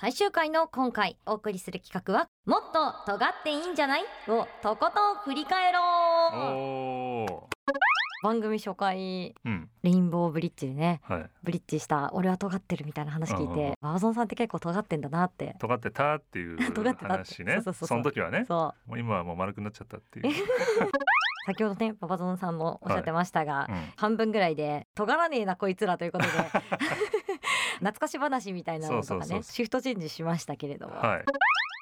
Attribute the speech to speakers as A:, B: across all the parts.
A: 最終回の今回お送りする企画は、もっと尖っていいんじゃないをとことん振り返ろう
B: おお。
A: 番組初回、
B: うん。
A: レインボーブリッジでね、
B: はい。
A: ブリッジした俺は尖ってるみたいな話聞い
B: うんうんう
A: て
B: ん、
A: バーゾンさんって結構尖ってんだなって。
B: 尖ってたってい う
A: 尖ってたって
B: 話ね。
A: そうそうそうそう
B: の時はね。
A: そう。
B: もう今はもう丸くなっちゃったっていう。
A: 先ほどね、ババゾンさんもおっしゃってましたが、
B: うん。
A: 半分ぐらいで尖らねえなこいつらという ことで 懐かし話みたいなの
B: そ
A: と
B: う
A: か
B: そうそ
A: ね
B: う
A: シフトチェンジしましたけれども、
B: はい。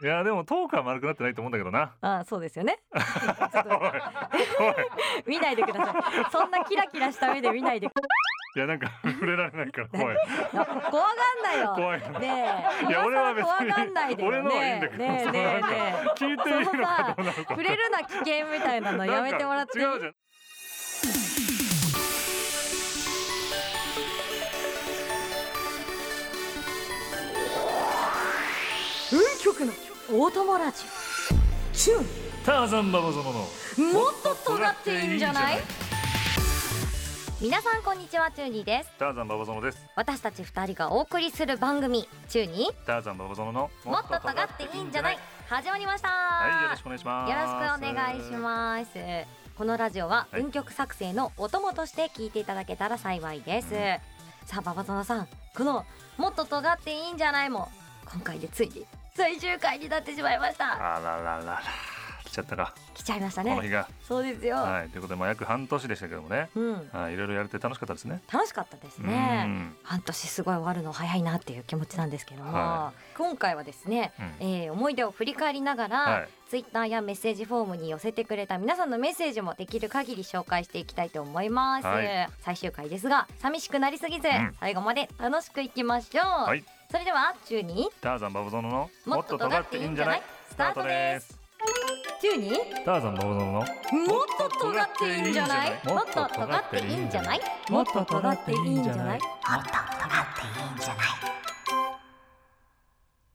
B: いやでもトークは丸くなってないと思うんだけどな。
A: ああそうです よね ちょっ
B: おい
A: と
B: おい
A: 見ないでくださいそんなキラキラした目で見ないで
B: いやなんか触れられな いから怖い
A: 怖がんなよ
B: 怖い。
A: ねえ
B: いや俺は別
A: 怖がんないで
B: に
A: よね
B: 俺のはいいんだけど、
A: ねえ
B: その
A: ね
B: な
A: え
B: んか
A: ねえ
B: 聞いてみるのかどうなのか。
A: 触れるな危険みたいなのやめてもらっていい
B: なんか違うじゃん。
A: 運極のオートモラジチュー
B: ターザンババゾノの。
A: ンもっと尖っていいんじゃない皆さんこんにちはチューニーです
B: ターザンババゾノです。
A: 私たち二人がお送りする番組中に
B: ターザンババゾノの。
A: もっと尖っていいんじゃない始まりました
B: はい、よろしくお願いします。
A: よろしくお願いしますこのラジオは
B: はい
A: 運曲作成のお供として聞いていただけたら幸いです、
B: うん
A: さあババゾナさんこのもっと尖っていいんじゃないも今回でついに最終回になってしまいました
B: あらららら、来ちゃったか、
A: 来ちゃいました
B: この日
A: ね
B: が。
A: そうですよ、
B: はい、ということで、まあ、約半年でしたけどもね。
A: うん
B: はい、いろいろやれて楽しかったですね。
A: 楽しかったです
B: う
A: ね
B: ん
A: 半年すごい終わるの早いなっていう気持ちなんですけども、
B: は
A: 今回はですね、
B: うん
A: えー思い出を振り返りながら、
B: はい、
A: ツイッターやメッセージフォームに寄せてくれた皆さんのメッセージもできる限り紹介していきたいと思います、
B: はい
A: 最終回ですが寂しくなりすぎず、
B: うん
A: 最後まで楽しくいきましょう、
B: はい
A: それでは中に
B: ターザンババゾノの。
A: もっと尖っていいんじゃないスタートです中に
B: ターザンババゾノの。
A: もっと尖っていいんじゃないも
B: も
A: っ
B: っ
A: と
B: と
A: 尖
B: 尖
A: っ
B: ってて
A: いい
B: いい
A: ん
B: ん
A: じ
B: じ
A: ゃ
B: ゃ
A: な
B: ないい
A: もっと尖っていいんじゃない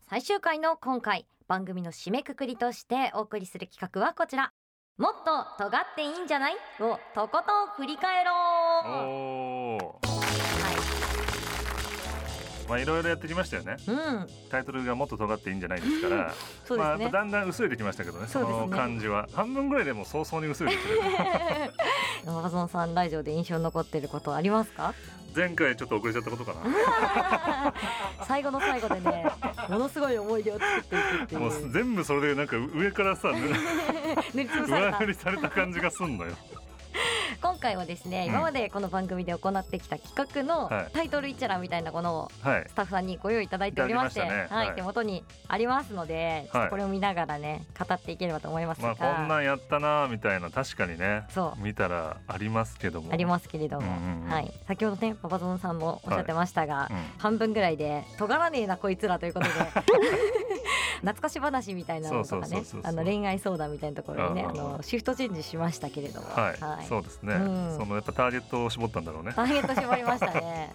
A: 最終回の今回番組の締めくくりとしてお送りする企画はこちらもっと尖っていいんじゃないをとことん振り返ろう
B: お
A: は
B: お。まあ、いろいろやってきましたよね。
A: い、うん、
B: タイトルがもっと尖っていいんじゃないですから。
A: そうで
B: まあ、や
A: す
B: っ
A: ね、
B: ぱだんだん薄れてきましたけどね。
A: そ
B: そう
A: ですね
B: の感じは、半分ぐらいでもう早々に薄れてきてる。
A: マラゾンさんラジオで印象に残ってることあります か
B: 前回ちょっと遅れちゃったことか
A: 最後の最後でねものすごい思い出を作っていくってい
B: な。もう
A: う
B: 全部それで、なんか上か らさ、ぬ
A: 塗りつぶされ
B: 上
A: た
B: 振りされた感じがすんのよ。
A: 今回はですね、
B: うん
A: 今までこの番組で行ってきた企画の
B: はい
A: タイトル一覧みたいなものを
B: はい
A: ス。タッフさんにご用意いただいておりまして
B: いただきましたね
A: はい
B: はい
A: 手元にありますので、ちょっとこれを見ながらね語っていければと思いますが、
B: まあ、こんなんやったなーみたいな、確かにね。
A: そ
B: 見たらありますけど
A: う
B: も。
A: ありますけれども、
B: うんうんうん
A: はい、先ほどねパパゾンさんもおっしゃってましたが、
B: うん。
A: 半分ぐらいで尖らねえなこいつらということ で懐かし話みたいなのとか
B: そうそう
A: ね
B: そうそ
A: あ
B: う
A: の恋愛相談みたいなところにね
B: うん
A: あ
B: うんうん
A: のシフトチェンジしましたけれども、
B: はい、そうですね、
A: うん
B: そのやっぱターゲットを絞ったんだろうね
A: ターゲット絞りましたね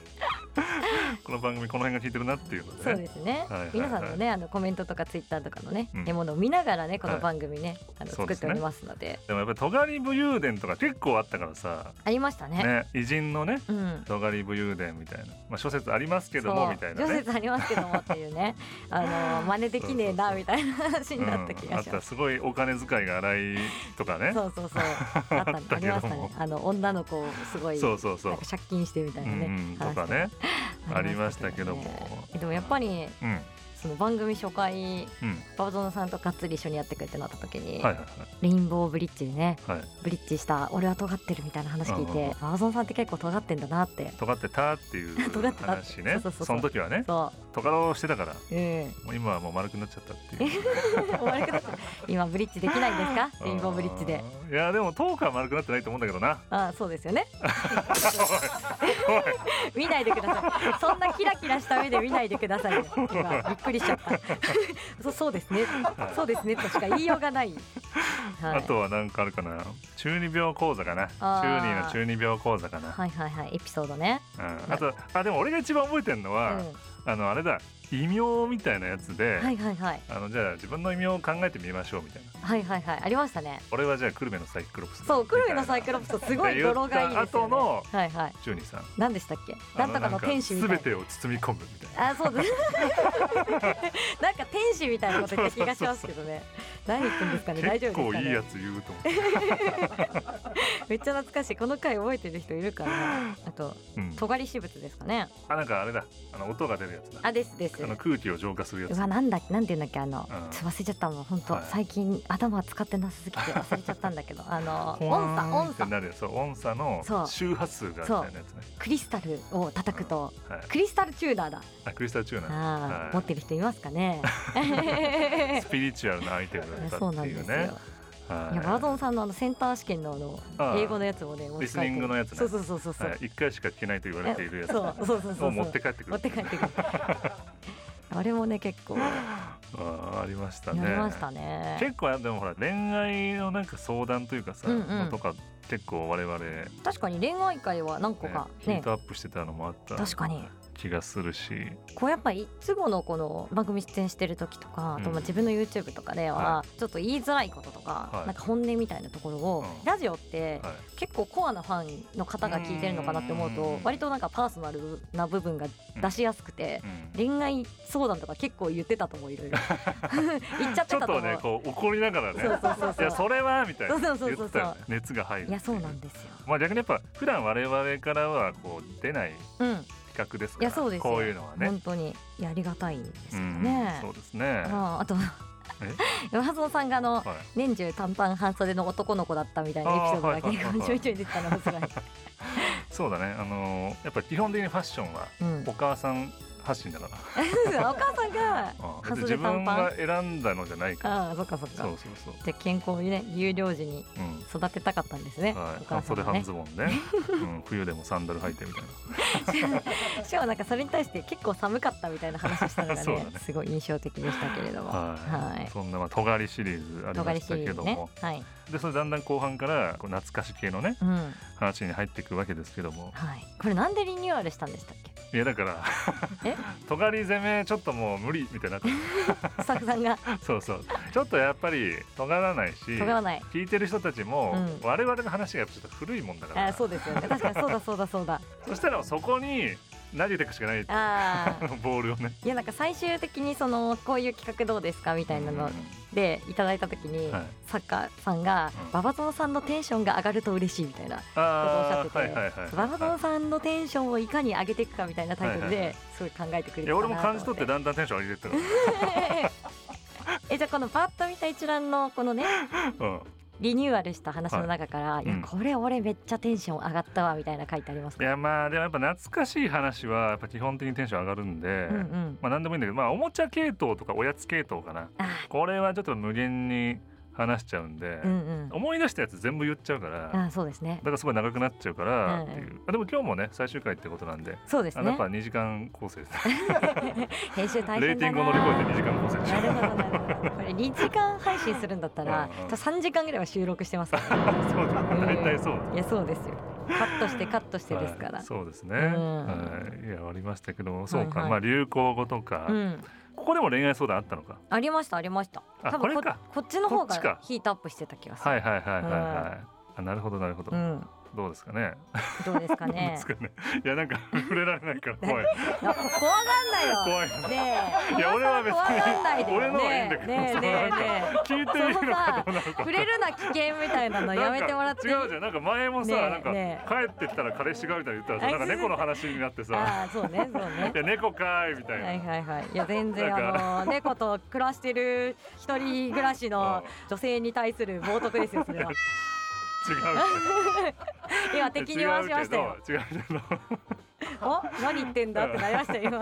B: この番組この辺が効いてるなっていうの
A: そ
B: で
A: う
B: ね
A: ですね、
B: はいはいはい
A: 皆さんのねあのコメントとかツイッターとかのね、
B: うん
A: 獲物を見ながらねこの
B: はい
A: 番組ね、あの
B: そう
A: 作
B: で
A: っ
B: す
A: て
B: ね
A: おりますので
B: でもやっぱり尖り武勇伝とか結構あったからさ
A: ありましたね
B: ね偉人のね
A: うん
B: 尖り武勇伝みたいなまあ諸説ありますけどもみたいな
A: そう
B: ね
A: 常説ありますけどもっていうね あの真似できねえな
B: そうそうそ
A: みた
B: う
A: いな話になった気
B: うん、あ
A: が
B: っ
A: しま
B: た
A: す、
B: すごいお金遣いが荒いとかね
A: そうそうそうあったね
B: あ
A: あ
B: った
A: り
B: けども
A: ましたねあの女の子をすごい
B: そうそうそう
A: なんか借金してみたいなね、
B: うんうん、と
A: 話
B: かねありましたけども
A: ねでもやっぱり
B: うんうん
A: その番組初回
B: は
A: ババゾノさんとがっつり一緒にやってくれってなった時に、
B: いはいは
A: レインボーブリッジでね
B: いはい
A: ブリッジした俺は尖ってるみたいな話聞い
B: うんうん
A: てババゾノさんって結構尖ってんだなって
B: 尖ってたってい
A: 尖っ
B: う
A: てた
B: 話ね
A: そうそうそうそう
B: の時はね
A: そ
B: 尖ろうしてたから
A: う うん
B: もう今はもう丸くなっちゃったっていう
A: 悪くなっちゃう今ブリッジできないんですか レインボーブリッジで
B: あーいやでもトークは丸くなってないと思うんだけどな
A: ああそうです よね見ないでくださいそんなキラキラした目で見ないでくださいよ今びっくりしちゃった そそうですね
B: い
A: そうですねとしか言いようが ない、はい、
B: あとはなんかあるかな中二病講座かな
A: あー
B: 中二の中二病講座かな、
A: はいはいはいエピソードね
B: うんあとあでも俺が一番覚えてるのは、
A: うん
B: あのあれだ異名みたいなやつで、
A: はいはいはい
B: あのじゃあ自分の異名を考えてみましょうみたいな
A: はいはいはいありましたね
B: 俺はじゃあ久留米のサイクロプスだ
A: そう久留米のサイクロプスすごい語呂がいいですよ、ね、
B: って言った後の
A: はいはい
B: ジュニーさん
A: 何でしたっけなんとかの天使みたいな
B: すべてを包み込むみたいな
A: あそうです なんか天使みたいなこと言った気がしますけど ね何言ってんですかね大丈夫です
B: 結構
A: かね
B: いいやつ言うと思って、
A: めっちゃ懐かしいこの回覚えてる人いるかなあと
B: うん、
A: 尖り私物ですかね
B: あなんかあれだあの音が出るやつだ
A: あですです
B: あの空気を浄化するや
A: う
B: つ
A: わなんだっけなんていうんだっけあの、
B: うん
A: ちょっと忘れちゃったもん本当、
B: はい
A: 最近頭使ってなさすぎて忘れちゃったんだけどあ の
B: ほ
A: 音
B: わ
A: 差
B: ーん
A: 音
B: って
A: 差
B: なるやつそう音差
A: そ
B: の
A: う
B: 周波数がみたいなやつね
A: クリスタルを叩くと、
B: はい
A: クリスタルチューナーだ
B: あクリスタルチューナー
A: あー、
B: はい
A: 持ってる人いますか ね
B: スピリチュアルなアイテムだった
A: そう
B: って
A: なん
B: い
A: で
B: う
A: すよ、
B: ね
A: いやバラゾ
B: は
A: ンさんのあのセンター試験のあの
B: あー
A: 英語のやつもね持ち帰って
B: リスニングのやつね
A: そうそうそうそう
B: い
A: そう、
B: はい一回しか聞けないと言われているやつ
A: そうそうそうそうそ
B: を
A: う
B: 持って帰ってく
A: 持
B: る
A: って帰って くるあれもね結構や
B: あーありました
A: り
B: ね
A: ましたね
B: 結構でもほら恋愛のなんか相談というかさ、
A: うんうん
B: とか結構我々、ね、
A: 確かに恋愛会は何個か
B: ヒ
A: ね
B: ートアップしてたのもあった
A: 確かに
B: 気がするし
A: こうやっぱいつものこの番組出演してる時とか、あと
B: うん
A: まあ自分の YouTube とかでは
B: は
A: ちょっと言いづらいこととか、
B: はい
A: なんか本音みたいなところを、
B: うん
A: ラジオって
B: はい
A: 結構コアなファンの方が聞いてるのかなって思うと
B: うん
A: 割となんかパーソナルな部分が出しやすくて
B: う。ん
A: 恋愛相談とか結構言ってたと思ういろい ろ言っちゃって
B: ちょ
A: た
B: っ
A: と思
B: と
A: う
B: ねこう怒りながらね
A: そうそうそう
B: いや
A: そう
B: それはみたいな
A: そう
B: 言っ
A: そうそうそう
B: てたよね熱が入る
A: いやそうなんですよ
B: まあ逆にやっぱ普段我々からはこう出ない
A: うん
B: 企画です
A: い
B: か
A: や
B: ら
A: そうですよ
B: こういうのはね
A: 本当にいやありがたいんです
B: う
A: よ
B: ん
A: ね、
B: そうですね
A: ああと 山園さんがあの
B: はい
A: 年中短パン半袖の男の子だったみたいなエピソードだけ
B: あーはいはいはいはい
A: ちょいちょい出てたのが辛 い、
B: そうだねあのーやっぱり基本的にファッションは
A: うん
B: お母さん発信だから
A: お母さんが
B: う
A: 半
B: ん自
A: 袖短
B: 分
A: パン
B: が選んだのじゃないから
A: ああそっかそっ
B: そ
A: か
B: うそうそう
A: じゃあ健康にね有料児に
B: うん
A: 育てたかったんですね、
B: はい、
A: お母
B: 半
A: さん
B: 袖
A: がね
B: 半ズボンね、うん、冬でもサンダル履いてみたいな
A: しかもなんかそれに対して結構寒かったみたいな話したのが
B: そう
A: ね
B: だね
A: すごい印象的でしたけれども
B: はい、
A: はい
B: そんなまあ尖りシリーズあり
A: 尖
B: ま
A: り
B: し
A: シ
B: た
A: リ
B: け
A: ーズ
B: ど
A: ね
B: も、
A: はい、
B: でそれだんだん後半からこう懐かし系のね
A: うん
B: 話に入っていくわけですけども
A: はい、これなんでリニューアルしたんで したっけ
B: いやだから
A: え
B: 尖り攻めちょっともう無理みたいになって
A: スタッフさんが
B: そうそうちょっとやっぱり尖らないし
A: 尖らない
B: 聞いてる人たちも、
A: うん
B: 我々の話がやっぱちょっと古いもんだから
A: あそうですよね確かにそうだそうだそうだ
B: そしたらそこに投げていくしかない
A: ああ
B: ボールをね
A: いやなんか最終的にそのこういう企画どうですかみたいなの
B: うん
A: でいただいた時に、
B: はい
A: 作家さんが
B: うん
A: 馬場園さんのテンションが上がると嬉しいみたいなことをおっしゃっ
B: あ
A: て
B: ーはいはい
A: て
B: はい
A: 馬場園さんのテンションをいかに上げていくかみたいなタイトル
B: はいはいは
A: で
B: い
A: すごい考えてくれて
B: い
A: たな
B: や
A: と
B: 俺
A: 思
B: も
A: って
B: 感じ取ってだんだんテンション上げてったか
A: えじゃあこのパッと見た一覧のこのね
B: ら、うん、
A: リニューアルした話の中から、い、や
B: うん
A: これ俺めっちゃテンション上がったわみたいな書いてあります
B: い
A: か
B: やまあでもやっぱ懐かしい話はやっぱ基本的にテンション上がるんで、
A: うんうん
B: まあ何でもいいんだけどまあおもちゃ系統とかおやつ系統かな
A: あ
B: これはちょっと無限に話しちゃうんで、
A: ーうんうん
B: 思い出したやつ全部言っちゃうから、
A: あーそうですね
B: だからすごい長くなっちゃうか
A: うん
B: らっ
A: うん
B: ていう、あでも今日もね最終回ってことなんで。
A: そうです
B: あやっ
A: ね
B: ぱ2時間構 成です、
A: 編集大変だな
B: レーティングを乗り越えて2時間構成でし
A: な
B: ょ
A: るほどなるほど。これ2時間配信するんだったら
B: うんうん、
A: ちょ3時間ぐらいは収録してますから、
B: そうだ
A: うん
B: 大体そう
A: いやそうですよ。カットしてカットして
B: だ
A: ですから。
B: はいそうですね、
A: うん
B: はいいやありましたけどもそうか、
A: はいはい
B: まあ流行語とか、
A: うん、
B: ここでも恋愛相談あったのか
A: ありましたありました。
B: あ
A: 多
B: こ
A: 分
B: れ
A: こ
B: か
A: こっちの方
B: こっち
A: が
B: か
A: ヒートアップしてた気がす
B: は
A: る。
B: いはいはいはいはい。あなるほどなるほど、
A: うん、
B: どうですかね。
A: どうですか
B: どうで
A: ね
B: す。かね。いやな んか触れられないから怖い
A: いや怖がんないよ。
B: 怖い。
A: ねえ、
B: いや俺は別に
A: 怖がんないでよ
B: 俺のはいいんだけど
A: ねえねえねえね
B: 聞いて
A: え。
B: みる
A: その
B: の
A: さ
B: かどうなのか。
A: 触れるな危険みたいなのやめてもらっていい
B: なんか違うじゃんなんか前もさ、
A: ねえ
B: なんか
A: ね
B: 帰ってきたら彼氏がみたいな言ったらさ
A: あ
B: なんか猫の話になってさ
A: ああそうねそうね
B: 「いや猫かーい」みたいな。
A: はいはいはい、いや全然
B: なんか
A: あの猫と暮らしてる一人暮らしの女性に対する冒涜ですよそ れは。
B: 違
A: 今
B: うけ
A: 敵
B: ど。
A: に回しましたよ。
B: 違うけど違うけど
A: お何言ってんだってなりましたよ 今。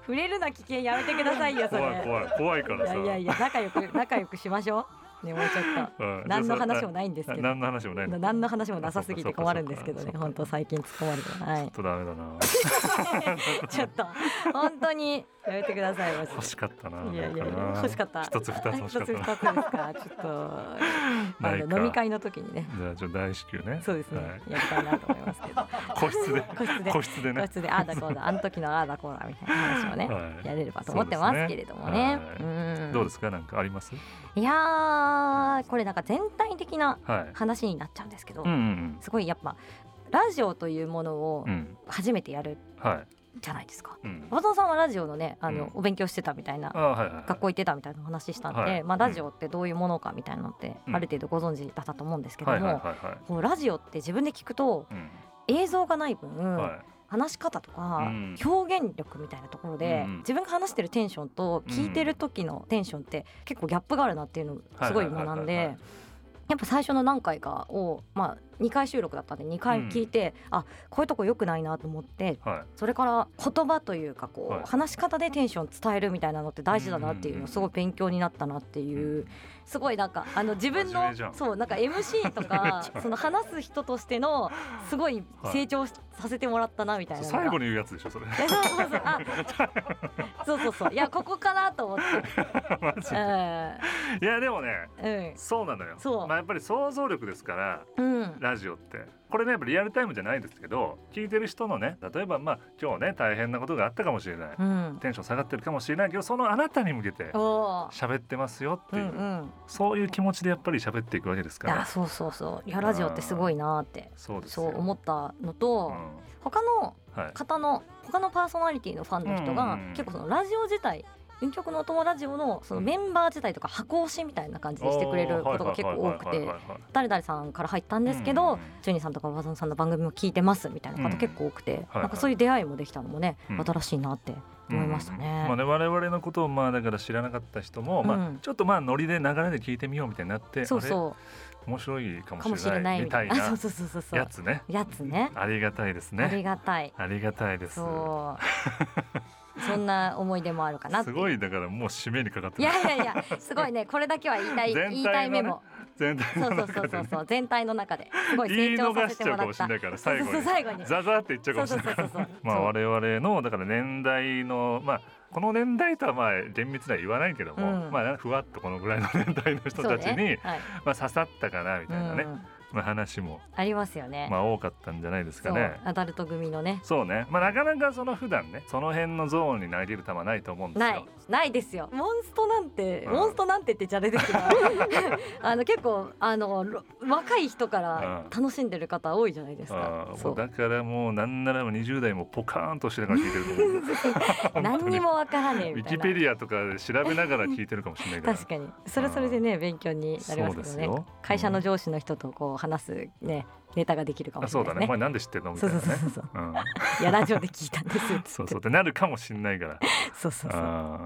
A: 触れるな危険やめてくださいよそれ。
B: 怖い怖い怖いから
A: い
B: さ
A: やいやいや仲良く仲良くしましょう。ね終わっちゃった
B: うん
A: 何の話も
B: な
A: ないんで
B: い
A: すけど
B: 何の話もないの
A: 何の話もなさすぎて困るんですけど
B: そう
A: ね
B: かそう
A: 本
B: か
A: 当最近突っ込まれては
B: ちょ
A: い
B: っとダメだな
A: ちょっと本当にやめてくださいマジで
B: 欲しかったない
A: やいや
B: なんな
A: 欲しかった
B: 一つ二つ欲しかっ たな
A: 一つ二つですかちょっとあ
B: ないか
A: の飲み会の時にね
B: じゃあちょっと大至急ね
A: そうですね、
B: はい
A: やりたいなと思いますけど
B: 個室で
A: 個室で
B: 個室で
A: 個
B: ね
A: 室でああだこうだあの時のああだこうだみたいな話をね、
B: はい
A: やれればと思ってますけれどもね
B: そうです
A: う
B: ね
A: ん
B: どうですかなんかあります
A: いやーこれなんか全体的な
B: はい
A: 話になっちゃうんですけど、
B: うんうん
A: すごいやっぱラジオというものを
B: うんうん
A: 初めてやる
B: はい
A: じゃないですか。
B: うん
A: 馬、藤さんはラジオのねあの、
B: うん
A: お勉強してたみたいな
B: あはいはいはい
A: 学校行ってたみたいな話したんで、
B: はい
A: まあ、ラジオってどういうものかみたいなのって
B: うん
A: ある程度ご存知だったと思うんですけども、
B: はいはいはいはい
A: このラジオって自分で聞くと
B: う
A: 映像がない分、
B: んはい
A: 話し方とか、
B: うん
A: 表現力みたいなところで、
B: うんうん
A: 自分が話してるテンションと聞いてる時のテンションって結構ギャップがあるなっていうのをすごい学ん
B: はいはいはいはい
A: で
B: は。
A: やっぱ最初の何回かを、まあ、2回収録だったんで2回聞いて、あこういうとこ良くないなと思って
B: はい
A: それから言葉というかこう、
B: はい
A: 話し方でテンション伝えるみたいなのって大事だなっていうのすごい勉強になったなっていう、すごいなんかあの自分
B: 真面
A: の
B: 目じゃん
A: そうなんか MC と かその話す人としてのすごい成長しさせてもらったなみたいなのが、
B: 最後に言うやつでしょそれ
A: えそうそうそうあそうそうそういやここかなと思って
B: マジで
A: う
B: いやでもね
A: ん
B: そうなのよ
A: そう
B: まあやっぱり想像力ですから
A: うんうん
B: ラジオってこれねやっぱリアルタイムじゃないですけど聞いてる人のね例えばまあ今日ね大変なことがあったかもしれない、
A: うん
B: テンション下がってるかもしれないけどそのあなたに向けて
A: おお
B: 喋ってますよっ
A: う
B: てい
A: んう
B: う、
A: ん
B: そういう気持ちでやっぱり喋っていくわけですか
A: あ
B: ら
A: そうそうそういやラジオってすごいなって
B: そうです
A: そ
B: よ
A: う思ったのと、
B: う
A: 他の
B: んはい、
A: 方の他のパーソナリティのファンの人
B: う
A: が
B: んうんうん
A: 結構そのラジオ自体運極のお供ラジオのそのメンバー自体とか箱推しみたいな感じにしてくれることが結構多く
B: はいは
A: て
B: いはいはいはい
A: 誰々さんから入ったんですけ
B: うんうんう
A: ど
B: ん
A: ジュニさんとかバトンさんの番組も聞いてますみたいな
B: う
A: 方
B: ん
A: 結構多くて
B: はい
A: なんかそういう出会いもできたのもね
B: うん
A: 新しいなって思いました
B: うんま
A: ね。
B: あね、我々のことをまあだから知らなかった人も、ま
A: う
B: あ
A: ん
B: ちょっとまあノリで流れで聞いてみようみたいになって
A: そうそ
B: あれ面白いか
A: うかも
B: も
A: し
B: しれ
A: れ
B: な
A: ない
B: い
A: み
B: み
A: た
B: た
A: い
B: い
A: な
B: な
A: あそうそうそうそうそう
B: やつね
A: やつね
B: ありがたいです
A: あり
B: ね
A: がたい
B: ありがたいです
A: そうそんな思い出もあるかなって
B: す
A: う
B: ごいだからもう締めにかかって
A: い
B: る
A: やいやいやすごいねこれだけは言いたい、言
B: 全体のね
A: いたいメモ
B: 全体
A: そう
B: の
A: そう
B: 中
A: そう
B: で
A: そう
B: ね
A: そう全体の中ですごい
B: 言い
A: 成長さ
B: 逃
A: せ
B: してち
A: もら
B: ゃうか
A: っ
B: もしれ
A: た
B: ないから
A: そう
B: 最
A: そう
B: 後
A: そう
B: に
A: 最後に
B: ザザって言っちゃうか
A: そう
B: もし
A: そう
B: れない
A: そうそうそう
B: まあ我々のだから年代のまあこの年代とはまあ厳密には言わないけども、
A: うん
B: まあふわっとこのぐらいの年代の人
A: そう
B: たちに、
A: ねはい
B: まあ刺さったかなみ
A: う
B: たいなん
A: う
B: ね、
A: ん
B: まあ話も
A: ありますよね
B: まあ多かったんじゃないです
A: そ
B: か
A: う
B: ね。
A: アダルト組のね
B: そうね、まあなかなかその普段ねその辺のゾーンに投げる球はないと思うんですよ。
A: ないないですよモンストなんて、
B: うん
A: モンストなんてってじゃれですけど あの結構あのろ若い人から
B: うん
A: 楽しんでる方多いじゃないですか
B: あ、あ
A: そ
B: もう
A: う
B: だからもうなんならもう20代もポカーンとしてながら聞いてると思う 本当
A: 何にもわからねえ
B: ウ
A: み
B: ィ
A: たい
B: キ
A: な
B: ペディアとかで調べながら聞いてるかもしれないから
A: 確かにそれはそれでね勉強になります
B: そう
A: け
B: で
A: ど
B: す
A: ね
B: よ
A: 会社の上司の人とこう話すねネタができるかも
B: あ
A: しれ
B: そう
A: な
B: だ
A: いで
B: ねお
A: すね
B: 前なんで知ってんのみ
A: そ
B: た
A: う
B: い
A: そ
B: な
A: うそうそ
B: ね
A: うそう
B: うん
A: いやラジオで聞いたんですって
B: そうそうってなるかもしんない から
A: そうそうそう
B: あ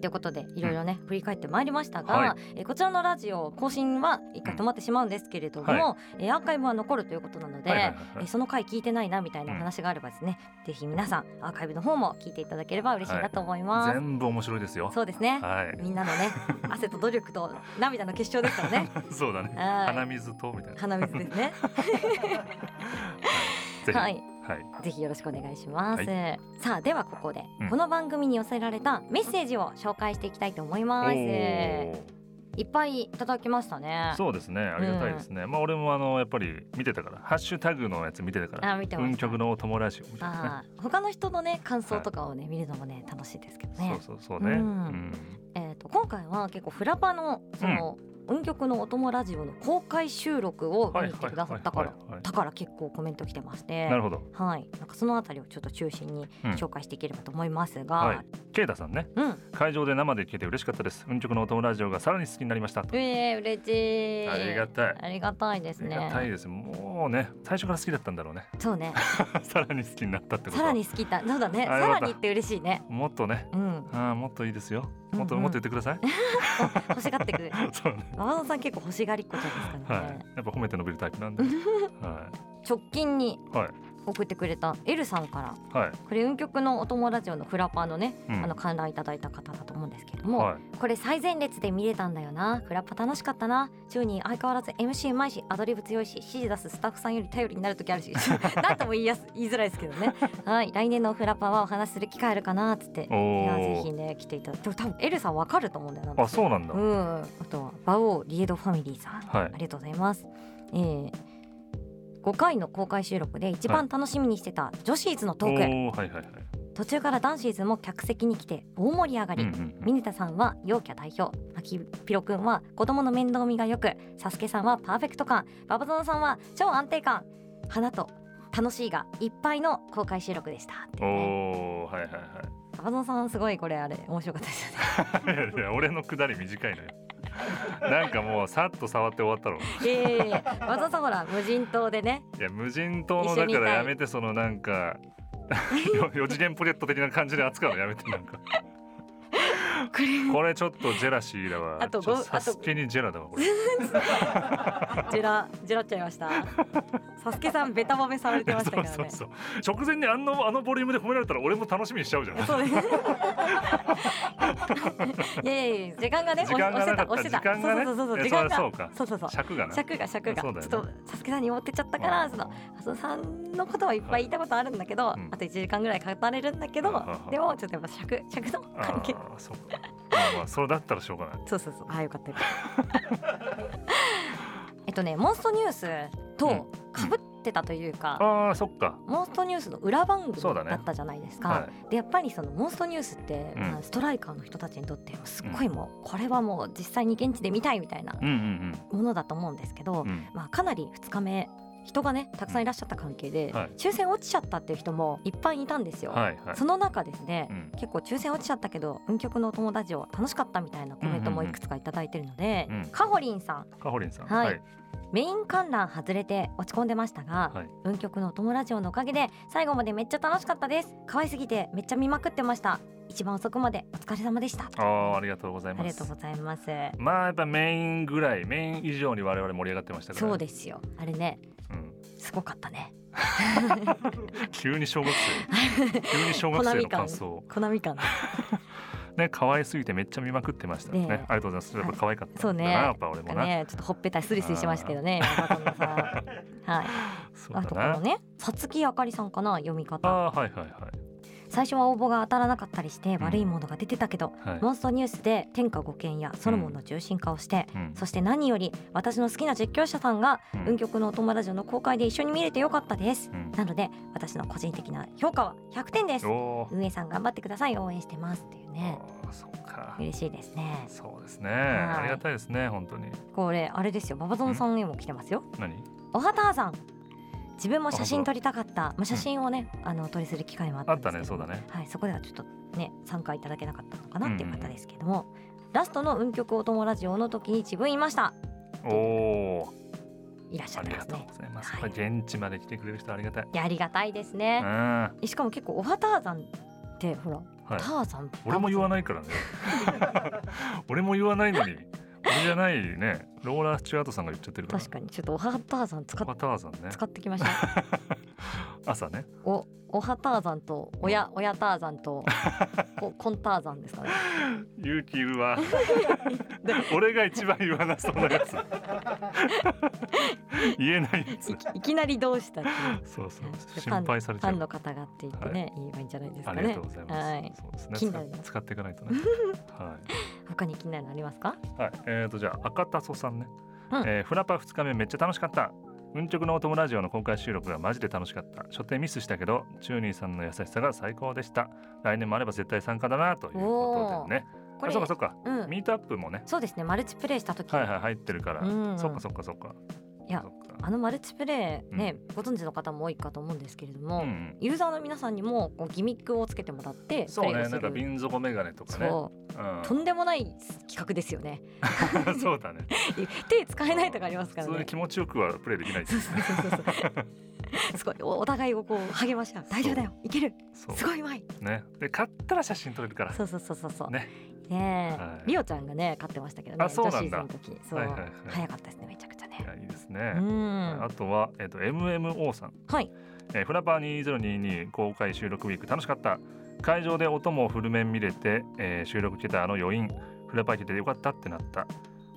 A: ということでいろいろね、振り返ってまいりましたが、
B: はい
A: えーこちらのラジオ更新は一回止まってしまうんですけれども、
B: うんは
A: えーアーカイブは残るということなので、
B: はいはいはいはい
A: えーその回聞いてないなみたいなお話があればですね、ぜひ皆さんアーカイブの方も聞いていただければ嬉しいなと思います。
B: ー全部面白いですよ
A: そうですね、
B: はい
A: みんなのね汗と努力と涙の結晶ですから ね。
B: そうだね
A: はい
B: 鼻水とみたいな
A: 鼻水ですね。
B: ぜひ
A: は
B: はいい
A: ぜひよろしくお願いします。
B: は
A: さあではここで、
B: うん
A: この番組に寄せられたメッセージを紹介していきたいと思います。い
B: おー
A: っぱいいただきましたね。
B: そうですねありがたいですねまあ俺もあのやっぱり見てたからハッシュタグのやつ見てたから
A: あ見てま
B: 運
A: した。
B: 極のお友達をみたいな
A: あ ー他の人のね感想とかをね、見るのもね楽しいですけど
B: ね
A: ね。
B: そうそうそうね
A: う
B: うんん
A: えっ、と今回は結構フラパのその、音曲のお供ラジオの公開収録を見に来てくださったから、
B: はいはいはい
A: だから結構コメント来てまして
B: な。るほど
A: はい、なんかそのあたりをちょっと中心に
B: うん
A: 紹介していければと思いますが、
B: はいケイタさんね
A: うん、
B: 会場で生で聞けて嬉しかったです運極のお友達がさらに好きになりました
A: うえー、嬉しい。
B: ありがたい
A: ありがたいです
B: あり
A: ね。
B: がたいですもうね最初から好きだったんだろうね
A: そうね。
B: さらに好きになったってこと
A: さらに好きだ。そうだね。さ
B: あよかった
A: らにって嬉しいね。
B: もっとね
A: うん。
B: あーもっといいですよもっと、
A: うんうん
B: もっと言ってく ださい
A: 欲しがってく る。
B: そうね
A: 馬場さん結構欲しがりっ子じゃないですか
B: は
A: らね。
B: いやっぱ褒めて伸びるタイプなんでは
A: 直近に
B: いはい
A: 送ってくれたエルさんから
B: はい
A: これ運極のお友達のフラパーのね、
B: うん
A: あの観覧いただいた方だと思うんですけれども、
B: はい
A: これ最前列で見れたんだよなフラッパ楽しかったなチューニー相変わらず MC うまいしアドリブ強いし指示出すスタッフさんより頼りになる時あ るしなんとも言いやす言いづらいですけどねはい来年のフラッパはお話しする機会あるかなっつってい
B: おー
A: やぜひね来ていただいて多分エルさんわかると思うんだよな
B: あそうなんだ、
A: うん、あとはバオーリエドファミリーさん、
B: はい
A: ありがとうございます、えー、5回の公開収録で一番楽しみにしてた女子ーズのトーク、
B: おおはいはいはい、
A: 途中から男子ーズも客席に来て大盛り上が
B: う
A: り、
B: んうんう
A: ミ
B: ん、
A: ネタさんは陽キャ代表アキピロくんは子供の面倒見がよくサスケさんはパーフェクト感ババゾノさんは超安定感花と楽しいがいっぱいの公開収録でしたっていうね
B: おおはいはいはい
A: ババゾノさんすごいこれあれ面白かったですよね
B: い やいや俺のくだり短い のよなんかもうさっと触って終わったろ
A: いやいやいやババゾノさんほら無人島でね
B: いや無人島
A: 一
B: の
A: 緒
B: だ
A: にいた
B: か
A: い
B: らやめてそのなんかよ 四次元ポケット的な感じで扱うのやめてなんか
A: これ
B: これちょっとジェラシーだわ
A: あと
B: ちょっ
A: ご
B: サスケにジェラ だわこれ
A: ジェラ、ジェラっちゃいました。サスケさんベタ褒めされてましたからね。
B: そうそうそう直前にあのあのボリュームで褒められたら俺も楽しみにしちゃうじゃん
A: そうです。いやいやいや、時間がね、
B: 時間がなかった
A: 押してた、押してた。
B: 時間がね
A: そうそうそうそう、
B: いや
A: 時間
B: そりゃ
A: が。
B: そうか
A: そうそうそう
B: 尺がな
A: 尺が尺が、
B: そうだ
A: ちょ
B: よ
A: っ
B: ね
A: とサスケさんに持ってっちゃったから、
B: うん
A: その浅野さんのことはいっぱい言ったことあるんだけど、
B: うん
A: あと1時間ぐらい語れるんだけど、
B: うんうんうん
A: でもちょっとやっぱ尺尺の
B: あ
A: 関係
B: ーそうかまあまあそれだったらしょうがない
A: そうそうそう。あよかったよかった。 えっとね、モンストニュースと被ってたというか、
B: あーそっか
A: モンストニュースの裏番組
B: そうだね
A: だったじゃないですか、
B: は
A: でやっぱりそのモンストニュースって、
B: うん
A: まあストライカーの人たちにとってすっごいもう、これはもう実際に現地で見たいみたいない
B: うんうん
A: ものだと思うんですけど、
B: うんうん
A: まあ、かなり2日目人がねたくさんいらっしゃった関係で、
B: はい
A: 抽選落ちちゃったっていう人もいっぱいいたんですよ。
B: はいはい
A: その中ですね、
B: うん
A: 結構抽選落ちちゃったけど運極のお友達を楽しかったみたいなコメントもいくつかいただいてるので、
B: うんうんうん
A: かほりんさん
B: かほりんさん
A: はいメイン観覧外れて落ち込んでましたが、
B: はい
A: 運極のお友達のおかげで最後までめっちゃ楽しかったです可愛すぎてめっちゃ見まくってました一番遅くまでお疲れ様でしたあ
B: あーありがとうござい
A: り
B: ま
A: がと
B: す
A: うございます
B: まあやっぱメインぐらいメイン以上に我々盛り上がってましたからね
A: そうですよあれね
B: うん
A: すごかったね
B: 急に小学 生急に小学生の感想
A: コナミ感
B: ね可愛すぎてめっちゃ見まくってましたね
A: ねえ
B: ありがとうございますやっぱ可愛かった
A: そうね
B: だなやっぱ俺もな、
A: ねちょっとほっぺたスリスリしてましたけどね山田さん はい
B: そうだ
A: あとこ
B: な
A: のねさつきあかりさんかな読み
B: あ
A: 方
B: あーはいはい
A: 最初は応募が当たらなかったりして
B: ん
A: 悪いものが出てたけど、
B: はいはい
A: モンストニュースで天下五剣やソロモンの重心化をして、
B: うん
A: そして何より私の好きな実況者さんが
B: うん
A: 運極のお友達の公開で一緒に見れてよかったです、
B: うん
A: なので私の個人的な評価は100点です
B: おー
A: 運営さん頑張ってください応援してますっていうね
B: あーそっか
A: 嬉しいですね
B: そうですね
A: はい
B: ありがたいですね本当に
A: これあれですよババゾンさんへも来てますよ
B: 何
A: おはたーさん自分も写
B: あ
A: 真
B: 本当
A: 撮りたかった、まあ、写真をね、あのお撮りする機会もあった
B: あ
A: ん
B: っ
A: です
B: た
A: け
B: ね
A: ど
B: そうだね
A: はい、そこではちょっとね参加いただけなかったのかなっていう方ですけども、ラストの運極お友ラジオの時に自分いました
B: おお
A: いらっしゃ
B: あ
A: って
B: り
A: ま
B: が
A: す
B: とう
A: ね
B: ございます、
A: はい
B: やっぱ現地まで来てくれる人ありがたい、
A: いやありがたいですね
B: うんは
A: しかも結構おはターザンってほら、
B: い
A: ターザン
B: 俺も言わ
A: ない
B: ないか らね俺も言わないのに俺じゃないねローラ・スチュアートさんが言っちゃってるから
A: 確かにちょっとおはターザン使っ
B: パターさんね
A: 使ってきました
B: 朝ね
A: おおはターザンとおやおやターザンとこコンターザンですかね
B: 勇 気は俺が一番言わなそうなやつ言えないやつ
A: いきいきなりどうしたっていう
B: そうそ
A: やっ
B: う
A: ぱ
B: 心配され
A: フ
B: ちゃ
A: ァン
B: う
A: の方がって言ってね、言えばいいんじゃないですか
B: あ
A: ね
B: りがとうございます、
A: はい
B: そうですね
A: 気になるな
B: 使使っていかないとね はい
A: 他に気になるのありますか
B: はい、えー、とじゃあ赤田祖さんね、
A: うん
B: えーフラパ2日目めっちゃ楽しかった運極のお友ラジオの公開収録がマジで楽しかった初手ミスしたけどチューニーさんの優しさが最高でした来年もあれば絶対参加だなということでね
A: こ
B: あ
A: れ
B: そうかそうか、
A: うん
B: ミートアップもね
A: そうですねマルチプレイした時、
B: はいはい入ってるから、
A: うん
B: そっかそっかそっか
A: いや
B: そっか
A: あのマルチプレイね、ご存知の方も多いかと思うんですけれども、
B: うんうん
A: ユーザーの皆さんにもこうギミックをつけてもらって
B: そう
A: プレイを
B: ね
A: す
B: な
A: る
B: んか瓶底メガネとかね
A: そうとんでもない企画ですよね
B: うん そうだね
A: 手使えないとかありますから
B: 普通
A: ね
B: に気持ちよくはプレイできない
A: そうそうそうそう すごいおお互いをこう励まし合う大丈夫だよいける
B: そう
A: すごいうまい
B: ねで買ったら写真撮れるから
A: そうそうそうそうそう
B: ね
A: ねえ、
B: はい
A: リオちゃんがね勝ってましたけどね
B: あそうなんだ
A: 女子シーズンの時そう、
B: はいはいはい
A: 早かったですねめちゃくちゃ
B: い
A: ね
B: やいいです
A: う
B: ね、
A: ん
B: あとは、えっと MMO さん、
A: はい
B: えーフラパー2022公開収録ウィーク楽しかった会場で音もフル面見れて、えー収録してたあの余韻フラパー聞いてよかったってなった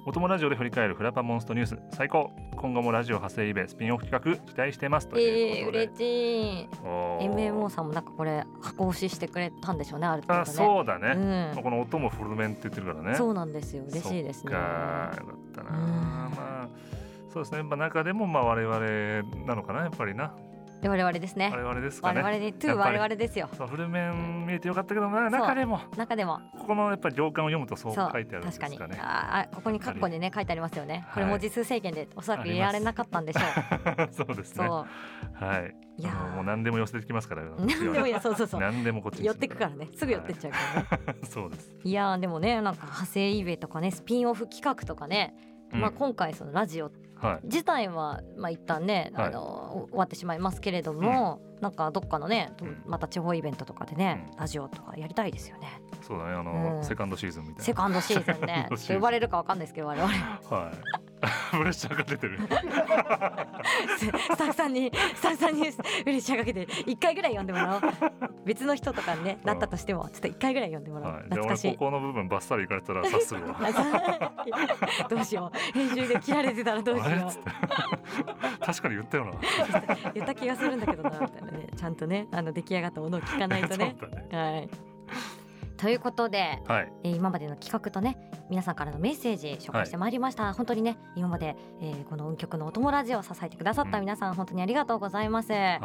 B: お友ラジオで振り返るフラパモンストニュース最高今後もラジオ派生イベスピンオフ企画期待してますとい
A: え
B: う
A: ー、
B: ことで、
A: 嬉しい
B: おー
A: MMO さんもなんかこれ箱押ししてくれたんでしょうねある程度ね
B: あそうだね、
A: う
B: この音もフル面って言ってるから
A: ん、
B: ね
A: そうなんですよ嬉しいです
B: そっ
A: ね
B: かよかったな、
A: うん
B: まあそうですね、まあ、中でもまあ我々なのかなやっぱりな
A: で我々ですね
B: 我々ですか
A: 我
B: ね
A: 々でトゥ
B: や
A: ー
B: っぱ
A: 我
B: り
A: 々ですよ
B: そうフル面見えてよかったけど、まあ、中でも
A: 中でも
B: ここのやっぱり行間を読むとそう
A: そう
B: 書いてあるんです
A: 確
B: か
A: か
B: ね
A: にあーあここにカッコにね書いてありますよねこれ
B: はい
A: 文字数制限でおそらく入れられなかったんでしょう
B: そうですね
A: そ
B: はい
A: いやー
B: あのも う何でも寄せてきますから
A: うなんでもいいやそうそうそう
B: 何でもこっちに
A: 寄ってくからねすぐ寄ってっちゃうからね、
B: ら そうです、
A: い、やーでもねなんか派生イベとかねスピンオフ企画とかね、
B: うん
A: まあ今回そのラジオ
B: はい
A: 自体はまあ一旦ね、
B: はい
A: あの終わってしまいますけれども、なんかどっかのねと
B: うん
A: また地方イベントとかでね、
B: うん
A: ラジオとかやりたいですよね
B: そうだねあの、
A: うん
B: セカンドシーズンみたい
A: セカンドシーズンね
B: セカンドシーズン
A: ちょっと呼ばれるかわかんないですけど我々
B: なはい プレッシャーが 出てる
A: スタッフさんにスタッフさんにプレッシャーかけて一回ぐらい呼んでもらおう別の人とかに、 ね、なったとしてもちょっと一回ぐらい呼んでもらおう、
B: はい、で
A: 懐か
B: 俺
A: しい
B: こ。この部分バッサリいかれてたら察する わ
A: どうしよう編集で切られてたらどうし
B: あれっ
A: よ
B: つって 確かに言ったよな
A: う言った気がするんだけどなみたいなねちゃんとねあの出来上がったものを聞かないとね。
B: そうだね
A: はいということで、
B: はい
A: えー今までの企画とね皆さんからのメッセージ紹介してまいりました、本当にね今まで、えーこの運曲のお友達を支えてくださった皆さん、本当にありがとうございます。は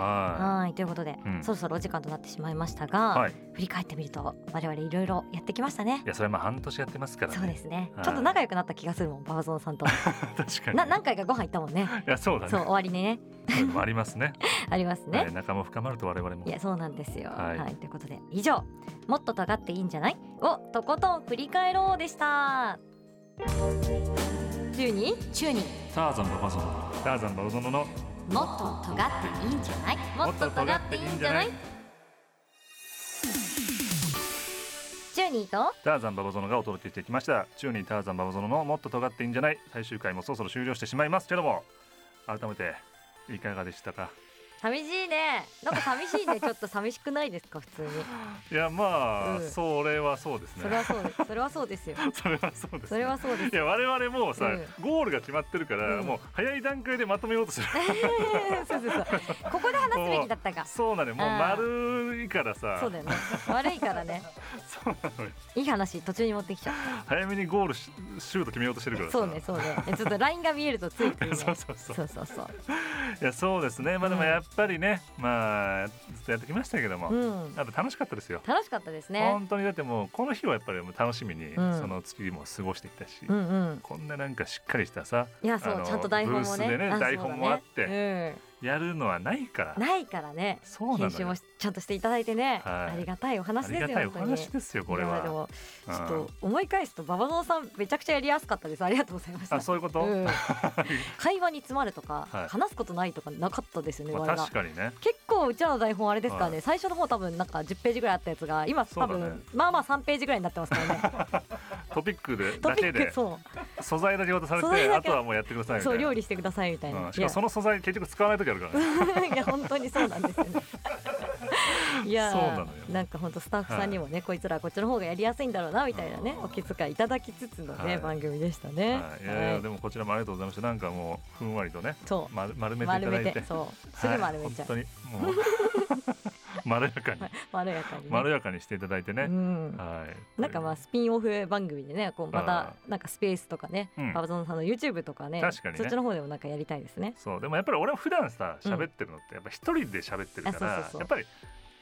B: はい
A: ということで、
B: うん
A: そろそろお時間となってしまいましたが、
B: い、はい、
A: 振り返ってみると我々いろいろやってきましたね
B: い。やそれはまあ半年やってますから、ね、
A: そうですね、
B: はい
A: ちょっと仲良くなった気がするもんバーゾンさんと
B: す 確
A: な
B: かに
A: 何回かご飯行ったもんね
B: いやそうだね
A: そう終わりにね
B: そういうのもありますね
A: ありますね、
B: はい、仲も深まると我々も
A: いやそうなんですよ。
B: は
A: はいい、ということで以上「もっと尖っていいんじゃない?」をとことん振り返ろうでした。中に中に
B: ターザンババゾノターザンババゾノの
A: もっと尖っていいんじゃないもっと尖っていいんじゃない中にと
B: ターザンババゾノがお届けしてきました中にターザンババゾノのもっと尖っていいんじゃない最終回もそろそろ終了してしまいますけども改めていかがでしたか
A: 寂しいねなんか寂しいねちょっと寂しくないですか普通に
B: いやまあ、
A: うん
B: それはそうですね
A: それはそうですそれはそう ですよ
B: それはそうです
A: それはそうです
B: いや我々もうさ、
A: うん
B: ゴールが決まってるから、
A: うん
B: もう早い段階でまとめようと する
A: そうそうそうここで話すべきだったか
B: そうなのよもう
A: あ
B: 丸いからさ
A: そうだよね悪いから ね
B: そうなのよ
A: いい話途中に持ってきちゃう
B: 早めにゴールしシュート決めようとしてるからさ
A: そうねそうねえちょっとラインが見えるとついついね
B: そうそうそう
A: そうそうそう
B: いやそうですねまあでも
A: うん
B: やっぱりね、まあずっとやってきましたけども、
A: うん
B: やっぱ楽しかったですよ
A: 楽しかったですね
B: 本当にだってもうこの日はやっぱりもう楽しみに、
A: うん
B: その月も過ごしてきたし、
A: うんうん
B: こんななんかしっかりしたさ
A: いやそ
B: あの
A: うちゃんと台本も
B: ブースで
A: ね
B: ね
A: あ
B: 台本もあっ
A: そうだね
B: やるのはないから
A: うんないからね
B: そうな
A: 編
B: の
A: 集
B: よ
A: もしちゃんとしていただいてね
B: は
A: あ
B: い
A: りがたいお話
B: あ
A: で
B: り
A: すよ
B: がたいお
A: 本当に
B: 話ですよこれ
A: いやで
B: は。
A: もちょっ
B: うん
A: と思い返すと馬場園さんめちゃくちゃやりやすかったですありがとうございました
B: あそういうこと、
A: うん 会話に詰まるとか
B: はい
A: 話すことないとかなかったですよね我
B: まあ、
A: 々
B: 確かにね
A: 結構うちらの台本あれですから
B: は
A: ね最初の方多分なんか10ページぐらいあったやつが今多
B: そうだね
A: 分まあまあ3ページぐらいになってますからね
B: トピックで
A: ト
B: だ
A: ピ
B: け
A: ッ
B: で
A: クそう
B: 素材だけ渡され
A: 素材
B: て
A: だ
B: あ
A: け
B: とはもうやってくださいみたい
A: そう
B: な
A: 料理してくださいみたいな、
B: うんしかもその素材結局使わない時あるから、
A: い
B: ね、
A: や いや本当にそうなんですよねいやー
B: そうなのよ
A: んか本当スタッフさんにもね、こいつらこっちの方がやりやすいんだろうなみたいなね、
B: うん
A: お気遣いいただきつつのね、
B: はい
A: 番組でしたね、
B: はい、いやいや、
A: はい
B: でもこちらもありがとうございましたなんかもうふんわりとね
A: そう
B: ま、丸めてい
A: 丸
B: ただ
A: め
B: い
A: て
B: て
A: そうすぐ丸めちゃう、
B: はい、本当にもう まろやかに
A: まろやかに、ね
B: まろやかにしていただいて
A: う
B: ね、
A: ん
B: はい
A: なんかまあスピンオフ番組でねこうまたなんかスペースとかね、
B: うん
A: ババゾンさんの YouTube とかね
B: 確かにね
A: そっちの方でもなんかやりたいですね
B: そうでもやっぱり俺も普段さ
A: うん
B: 喋ってるのってやっぱ一人で喋ってるから、
A: あそうそうそう
B: やっぱり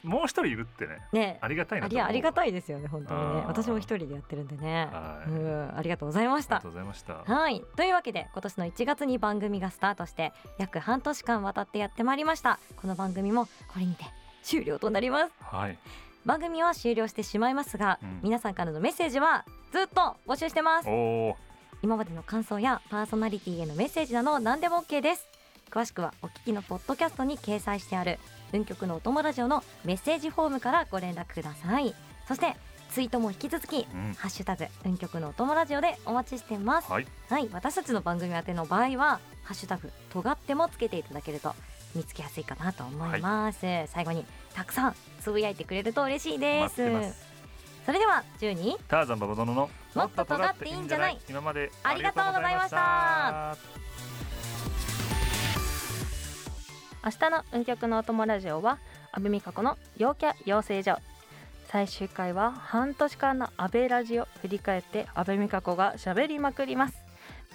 B: もう一人いるってね
A: ね
B: ありがたい
A: あ
B: なと
A: り
B: 思う
A: ありがたいですよね本当に
B: あ
A: ね
B: ー
A: 私も一人でやってるんでね
B: はい
A: うんありがとうございまし
B: ありが
A: た
B: とうございました
A: はいというわけで今年の1月に番組がスタートして約半年間渡ってやってまいりましたこの番組もこれにて終了となります
B: はい
A: 番組は終了してしまいますが、
B: うん
A: 皆さんからのメッセージはずっと募集してます
B: おお
A: 今までの感想やパーソナリティへのメッセージなど何でも OK です詳しくはお聞きのポッドキャストに掲載してある文局のお友ラジオのメッセージフォームからご連絡くださいそしてツイートも引き続き
B: ー、うん、
A: ハッシュタグ文局のお友ラジオでお待ちしてます
B: はい
A: はい、私たちの番組宛ての場合は「ハッシュタグとがって」もつけていただけると
B: 見つけやすいかなと思います、最後にたくさんつぶやいてくれると嬉しいで
C: 待って
B: す
C: ます
B: それではジュニ
C: ターザンババゾノの
B: もっと尖っていいんじゃない
C: 今まで
B: ありがとうございました
A: 明日の運極のお供ラジオは安倍美香子の陽キャ養成所最終回は半年間の安倍ラジオ振り返って安倍美香子が喋りまくります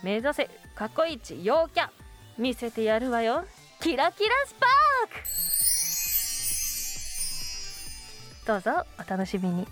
A: 目指せ過去一陽キャ見せてやるわよキラキラスパークどうぞお楽しみに